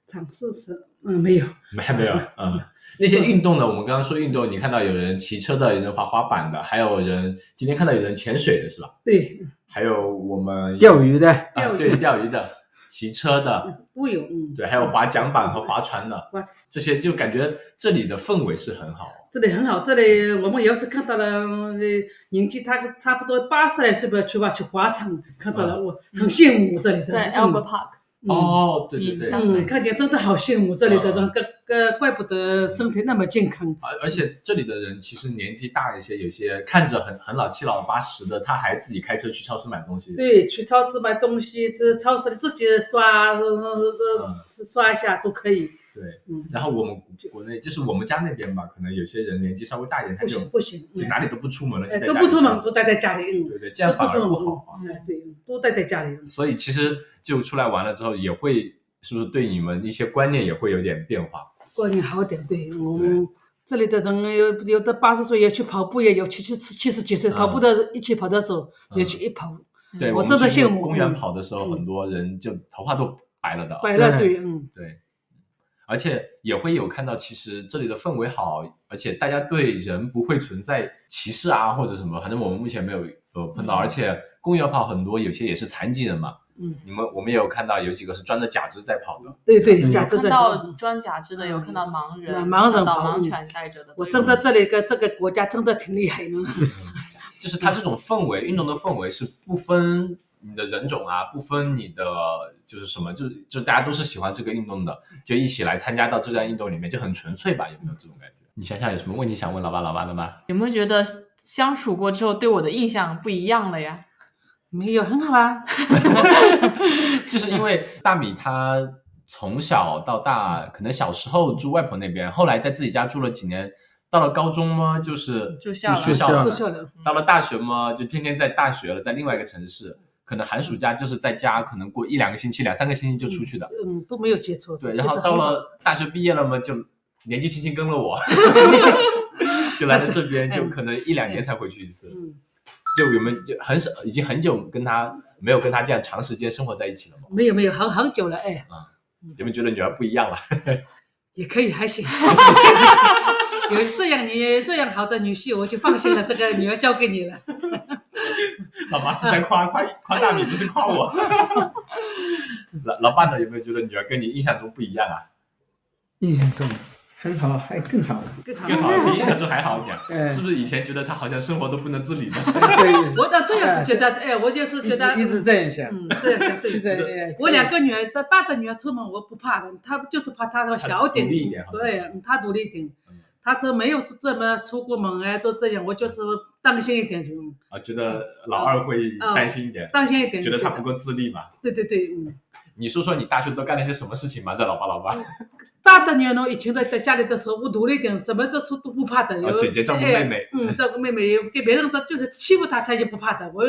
尝试是，嗯， 没有，
没还没有。嗯， 那些运动呢？我们刚刚说运动，你看到有人骑车的，有人滑滑板的，还有人今天看到有人潜水的是吧？
对，
还有我们
钓鱼的，
啊，
钓鱼
对，钓鱼的。骑车的，
嗯都有，嗯，
对，还有划桨板和划船的，
哇塞，
这些就感觉这里的氛围是很好。
这里很好，这里我们要是看到了呃年纪大概差不多八十来岁吧，去吧去滑场，看到
嗯
了我很羡慕这里的，
在
嗯
Albert Park，
嗯
哦，对对对，
嗯，看起来真的好羡慕这里的
嗯
人，个个怪不得身体那么健康。
而而且这里的人其实年纪大一些，有些看着很很老七老八十的，他还自己开车去超市买东西。
对，去超市买东西，这超市里自己刷，呃呃
嗯，
刷一下都可以。
对，
嗯，
然后我们国国内就是我们家那边吧，可能有些人年纪稍微大一点，他
不
就
行不行，嗯
就哪里都不出门了，
哎
就在
都
家
不
里
出门，
看
都待在家里，嗯，
对对，这样
都
反
不出
而
门
不好啊。
嗯哎，对，都待在家里。嗯
所以其实就出来玩了之后，也会是不是对你们一些观念也会有点变化？
过年好点，对我们这里的人有有的八十岁也去跑步，也有七七七十几岁
嗯
跑步的一起跑的时候
嗯
也去一跑，
对
嗯我
们
真的
去
羡慕
公园
嗯
跑的时候，
嗯
很多人就头发都白了的。啊
白了
对
对，嗯，
对，而且也会有看到，其实这里的氛围好，而且大家对人不会存在歧视啊或者什么，反正我们目前没有呃碰到。而且公园跑很多，有些也是残疾人嘛，
嗯，
你们我们也有看到有几个是穿着假肢在跑的。
对对，
嗯
假
看
肢在。
到装假肢的，有看到盲人，
嗯盲人
看到
跑
盲
嗯
犬带着的，
我真的这里个这个国家真的挺厉害的，
嗯就是它这种氛围，运动的氛围是不分你的人种啊，不分你的就是什么，就是就大家都是喜欢这个运动的，就一起来参加到这项运动里面，就很纯粹吧？有没有这种感觉？你想想有什么问题想问老爸老妈的吗？
有没有觉得相处过之后对我的印象不一样了呀？
没有很好啊，
就是因为大米他从小到大，可能小时候住外婆那边，后来在自己家住了几年，到了高中嘛，就是
住校了
住校了
做笑了。
到了大学嘛，就天天在大学了，在另外一个城市，可能寒暑假就是在家，可能过一两个星期、两三个星期就出去的。
嗯，都没有接触。
对，
接
然后
触
到
很少
了大学毕业了嘛，就年纪轻轻跟了我， 就来了这边，就可能一两年才回去一次，
嗯，
就我们就很少，已经很久跟他没有跟他这样长时间生活在一起了嘛。
没有没有，很很久了，哎，
有没有觉得女儿不一样了？
也可以，还行。有这样你这样好的女婿，我就放心了，这个女儿交给你了。
老爸是在夸夸夸大米，不是夸我。老老爸呢？有没有觉得女儿跟你印象中不一样啊？
印象中很好，还更好。
更好
更好，比印象中还好一点。
嗯
是不是以前觉得她好像生活都不能自理呢？
对，
我倒这样是觉得，哎，我就是
一
觉得
直一直这样想。
嗯，这样想
是
对。
在
我两个女儿，大大的女儿出门我不怕的，她就是怕她小点，
她独立一点好像
对，嗯她独立一点
嗯，
她这没有这么出过门哎，就这样，我就是担心一点，嗯，
啊，觉得老二会担心一点，
担心一点，
觉得她不
对的
够自立嘛。
对对对，嗯。
你说说你大学都干了些什么事情吗？在老爸老爸，
大的女儿呢，以前在在家里的时候，我独立一点，什么这出都不怕的。有
啊姐姐照顾妹妹
哎嗯，照顾妹妹，给别人的就是欺负她，她也不怕的。我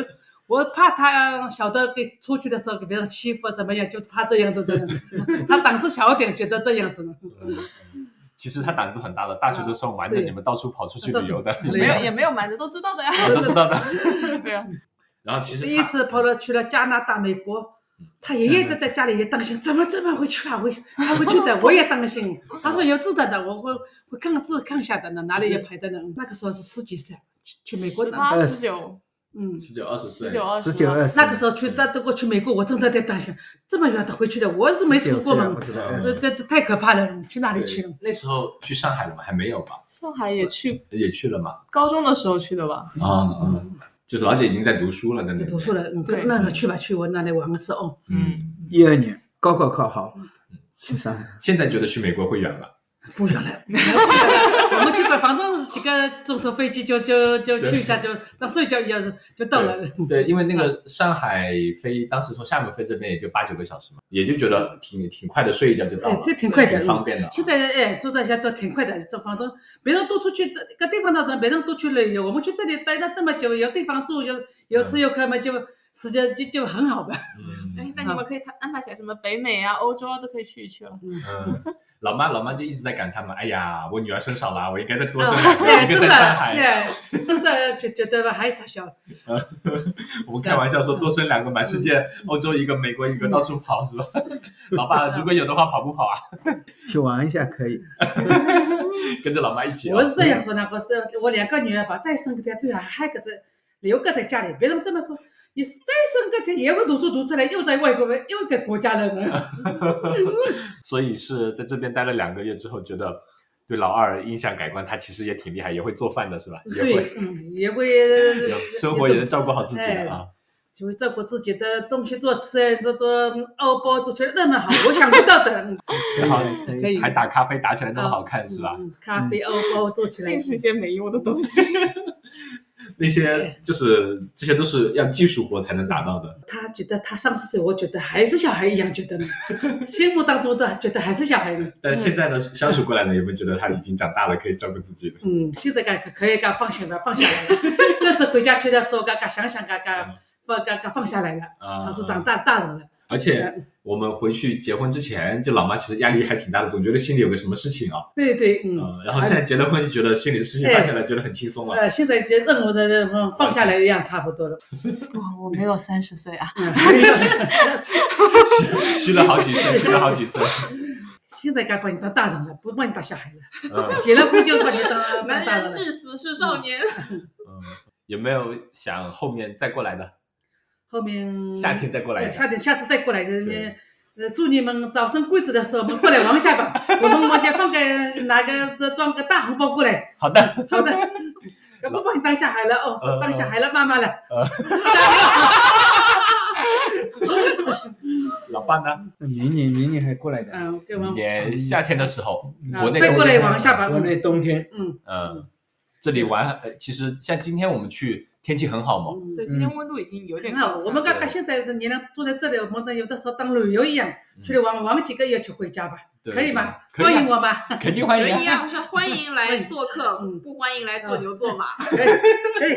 我怕她呃小的给出去的时候给别人欺负怎么样，就怕这样子的。 她胆子小点，觉得这样子呢。
嗯其实他胆子很大的，大学的时候瞒着
对
你们到处跑出去旅游的，
没
没
有
有，也没有瞒着，都知道的呀。
我都知道的。
对啊，
然后其实
第一
他
次跑了去了加拿大、美国。她爷爷的在家里也担心，怎么这么会去啊？会他会去的，我也担心。他说有字的的，我会会看字看下的呢，哪里也排的呢。那个时候是十几岁，去去美国
十
呢，
八、
二
十
十
九、
嗯，
十九二十岁
十，九、二十，
十九二十，
那个时候去到德国去美国，我真的在担心，这么远的回去的，我是没出过门
不，啊知道。
这这这太可怕了，去哪里去了？
那时候去上海我们还没有吧，
上海也去，
也去了嘛。
高中的时候去的吧？
啊嗯，就是老姐已经在读书了，在那
在
边
读书。了，嗯
对
那时候去吧，去我那里玩的时候，
嗯，
一二年高考考好，
嗯
去上海。
现在觉得去美国会远吗？
不远了，不远了我们去过，反正几个钟头飞机就就就
对
去一下，就到睡觉一样就到了。
对，因为那个上海飞，当时从厦门飞这边也就八九个小时嘛，也就觉得挺挺快的，睡一觉就到了
哎，这挺快的
挺方便的。
现在哎，住在家都挺快的，这反正别人都出去，各地方的人别人都去旅游，我们去这里待了那么久，有地方住，有有吃有喝嘛，就时间就就很好吧。
嗯
哎，那你们可以安排起来，什么北美啊、欧洲啊，都可以去一去了。
嗯，老妈老妈就一直在感叹嘛，哎呀，我女儿生少了，我应该再多生两个，
哎，
一个
真
在
的，
上海。
哎，真的就觉得吧，还小，
我们开玩笑说多生两个，满世界欧洲一个，美国一
嗯
个，到处跑是吧？ 老爸如果有的话，跑不跑啊？
去玩一下可以。
跟着老妈一起啊。
我是这样说的，我是我两个女儿吧，再生个点最好还搁这留个在家里，别人这么说。你再深个天也会读书读出来，又在外国人，又给国家人
啊
了。
所以是在这边待了两个月之后，觉得对老二印象改观，他其实也挺厉害，也会做饭的是吧？也会，
对，嗯，也会
有生活也能照顾好自己的啊。
就会照顾自己的东西做吃，这做欧包做出来那么好，我想不到的。嗯
然后
可以
可
可
以
以，
还打咖啡打起来那么好看是吧？
嗯咖啡欧包做起来，
尽是些没用的东西。
那些就是这些都是要技术活才能达到的。
他觉得他三十岁，我觉得还是小孩一样，觉得呢， 心目当中的觉得还是小孩呢。
但现在呢，相处过来呢，也会觉得他已经长大了，可以照顾自己了。
嗯，现在该可可以该放心了，放下来了。这次回家去的时候，该该想想，该该放该该放下来了。
嗯啊、
他是长大大人了，
而且我们回去结婚之前，就老妈其实压力还挺大的，总觉得心里有个什么事情啊。
对对，
嗯、
嗯。
然后现在结了婚，就觉得心里的事情放下来，觉得很轻松了。
呃，现在这任务的嗯放下来一样差不多了。
哇，我没有三十岁啊，
嗯
虚虚了好 几次，虚了好几次。
现在该把你当大人了，不把你当小孩了。
嗯，
结了婚就把你当
男
当大
人
人了。
至死是少年。
嗯，有没有想后面再过来的？
后面
夏天再过来一
对，
下
夏。天下次再过来，人
对
家呃，祝你们早生贵子的时候，我们过来玩一下 吧。我们往前放个拿个这装个大红包过来。
好的，
好的，我不把你当小孩了哦，
嗯
当小孩了，妈妈了。
老爸呢？
那明年明年还过来的，
嗯，给我
明
们
年夏天的时候，
嗯
国内
再过来
玩
往下吧。
国内冬天，
嗯，
嗯，这里玩，呃其实像今天我们去，天气很好嘛。
嗯，
对，今天温度已经有点
很
高
好。
了。
我们刚刚现在的年龄住在这里，我们有的时候当旅游一样，出去玩玩几个月就回家吧，
嗯对
可以吗？
对可
欢
以啊
迎 我吧，
肯定欢
可
迎
以
啊。
啊，我说欢迎来做客
嗯，
不欢迎来做牛做马。
可以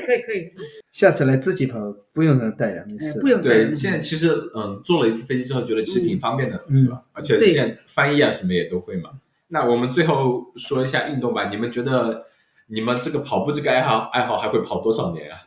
可以可以，
下次来自己跑，不用人带了，没
嗯
事。
不用担
对，
心。
现在其实嗯，坐了一次飞机之后，觉得其实挺方便的，
嗯
是吧？而且
对
现在翻译啊什么也都会嘛。那我们最后说一下运动吧，你们觉得你们这个跑步这个爱好爱好还会跑多少年啊？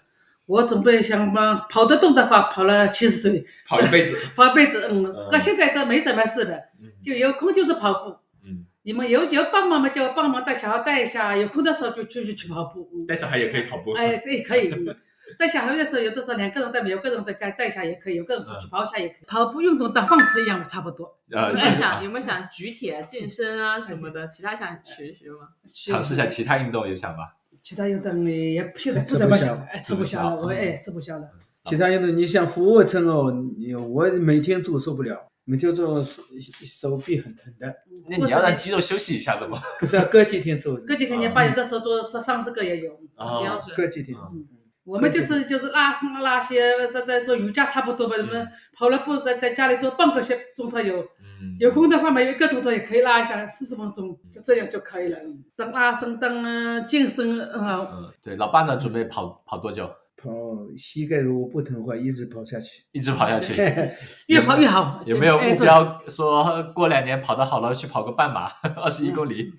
我准备想嘛，跑得动的话，跑了七十岁，
跑一辈子？
跑一辈子，嗯
嗯，
到现在都没什么事了，就有空就是跑步。
嗯，
你们有有帮忙嘛，就帮忙带小孩带一下，有空的时候就出去去跑步。嗯
带小孩也可以跑步。
哎，对，可以。嗯带小孩的时候，有的时候两个人带，有个人在家带一下也可以，有个人出去跑一下也可以。跑步运动当饭吃一样，差不多。
呃，
有
就
没有
是
想有没有想举铁、健身啊什么的？其他想学一学吗？
尝试一下其他运动也想吧。
其他运动也现在
吃
不
不
怎么
消
想，哎，吃不消了，我哎吃不消了。
其他运动，你像俯卧撑哦，你我每天做受不了，每天做手手臂很疼的，
那你要让肌肉休息一下的嘛。
可是要隔几天做，
隔几天你爸有的时候做三三四个也有。
哦，
隔几天。
嗯
我们就是就是拉伸啊拉些，在在做瑜伽差不多吧。什么
嗯
跑了步，在在家里做半个小钟头有，
嗯
有空的话嘛，有一个钟头也可以拉一下，四十分钟就这样就可以了。当拉伸，当呃健身啊，
嗯，对，老爸呢？准备跑跑多久？
跑膝盖如果不疼的话，一直跑下去。
一直跑下去，
越跑越好。
有没有
哎
目
做
标？说过两年跑得好了，去跑个半马， 二十一公里。
嗯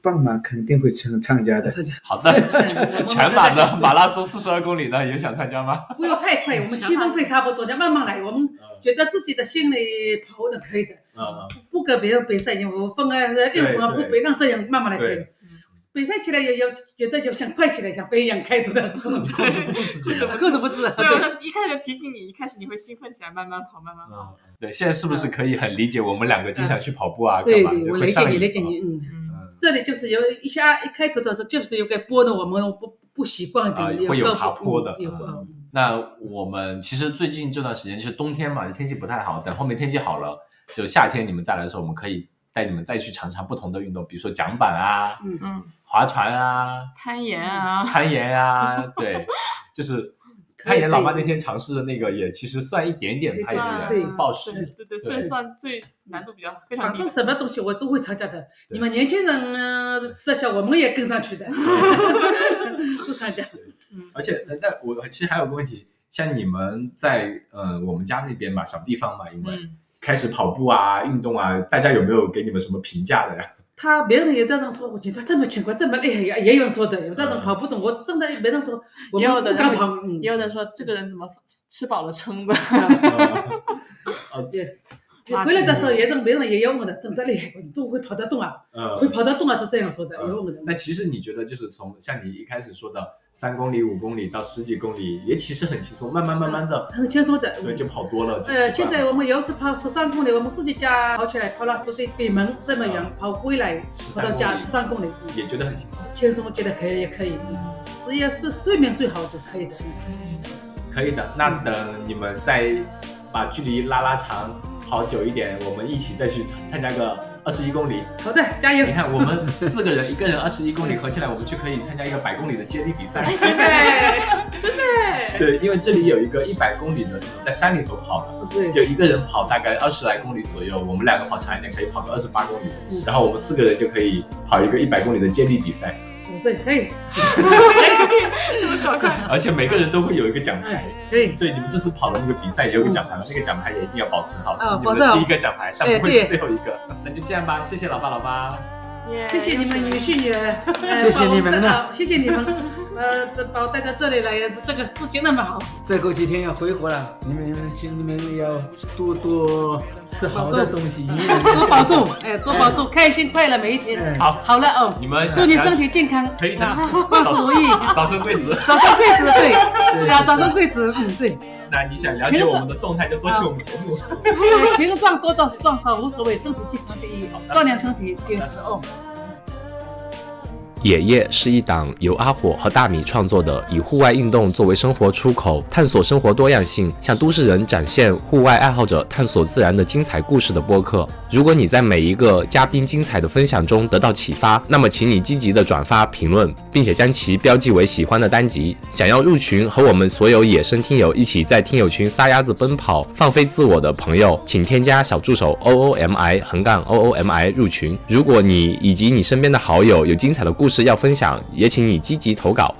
半马肯定会参参加的，
好的，
我们
全马的马拉松四十二公里的有想参加吗？
不要太快，我们气氛配差不多，要慢慢来。我们觉得自己的心里跑的可以的，
嗯，
不跟别人比赛，我分啊六分啊，不
对
别人这样慢慢来可以
对。
比赛起来也有，有的就像快起来，像飞一样开出的时候，控制不住自己，控制不 住。
所以我啊说一开始提醒你，一开始你会兴奋起来，慢慢跑，慢慢跑。
嗯对，现在是不是可以很理解我们两个经常去跑步啊？
嗯对
干嘛
对，
就
我
会
理解
上
你，
瘾
理解你，嗯。
嗯，
这里就是有一下一开头的时候，就是有个波的，我们不不习惯
啊
的，
会有
个
爬坡的
有
嗯那我们其实最近这段时间就是冬天嘛，天气不太好，等后面天气好了，就夏天你们再来的时候，我们可以带你们再去尝尝不同的运动，比如说桨板啊、
嗯，
划船啊、
攀岩啊，
攀岩啊，对，就是
可
攀岩。
以可以
老爸那天尝试的那个也其实算一点点攀
算
岩，
对
的，暴食。
对对，算算最难度比较非常
反
低
正。什么东西我都会参加的。
对
你们年轻人呢，吃得消，我们也跟上去的，都参加。
而且，呃但我其实还有个问题，像你们在呃我们家那边嘛，小地方嘛，因为
嗯，
开始跑步啊、运动啊，大家有没有给你们什么评价的呀？
他别人有的人说，你咋这么勤快，这么厉害呀？也有人说的，有的人跑不动，我真的别人说，我
也有
们
的
不
人
敢跑。嗯
也有人说这个人怎么吃饱了撑的，
呃
对回来的时候也让别人也要问的，真的厉害，你都会跑得动啊，
呃
会，跑得动啊，就这样说的，
嗯
也问我的。
那其实你觉得就是从像你一开始说的三公里、五公里到十几公里，也其实很轻松，慢慢慢慢的，
嗯很轻松的，
对，就跑多了。就
呃，
习
现
惯
在
了
我们有一次跑十三公里，我们自己家跑起来，跑了十里北门这么远
嗯，
跑回来跑到家十
13
三公里，
也觉得很轻松。
轻松觉得可以也可以，只要是睡眠最好就可以的。
可以的，
嗯
那等你们再把距离拉拉长，跑久一点，我们一起再去参参加个二十一公里。
好的，加油
你！看，我们四个人，一个人二十一公里，合起来我们就可以参加一个百公里的接力比 赛。
对，真的，
对，因为这里有一个一百公里的，在山里头跑的，
对，
就一个人跑大概二十来公里左右，我们两个跑长一点，可以跑个二十八公里，
嗯
然后我们四个人就可以跑一个一百公里的接力比赛，
我这可以，
这么爽快。
而且每个人都会有一个奖牌
哎。，可以。
对，你们这次跑的那个比赛也有个奖牌嘛，那个奖牌也一定要保存好，
啊
是你
保
们
存
的
好
第一个奖牌，但
哎
不会是
对
最后一个。那就这样吧，谢谢老爸，老爸，
谢谢你们 女性也，呃
谢谢你们了
把我呃谢谢你们， 呃，把我带到这里来，这个事情那么好，
再过几天要回国了，你们请你们要多多吃好的东西，因为
多保重，哎，多保重，开心快乐每一天。
哎
好
好了哦，
你们
祝你身体健康，
可以的
啊万事如意。
早生贵子。
早生贵子，对，
对
对啊，早生贵子，嗯，对，
那你想了解我们的动态，就多听我们节目。
呃钱赚多赚赚少无所谓，身体健康第一，锻炼身体，坚持哦。
野夜是一档由阿火和大米创作的，以户外运动作为生活出口，探索生活多样性，向都市人展现户外爱好者探索自然的精彩故事的播客。如果你在每一个嘉宾精彩的分享中得到启发，那么请你积极的转发、评论，并且将其标记为喜欢的单集。想要入群和我们所有野生听友一起在听友群撒丫子奔跑、放飞自我的朋友，请添加小助手 O O M I 横杠 O O M I 入群。如果你以及你身边的好友有精彩的故事要分享，也请你积极投稿。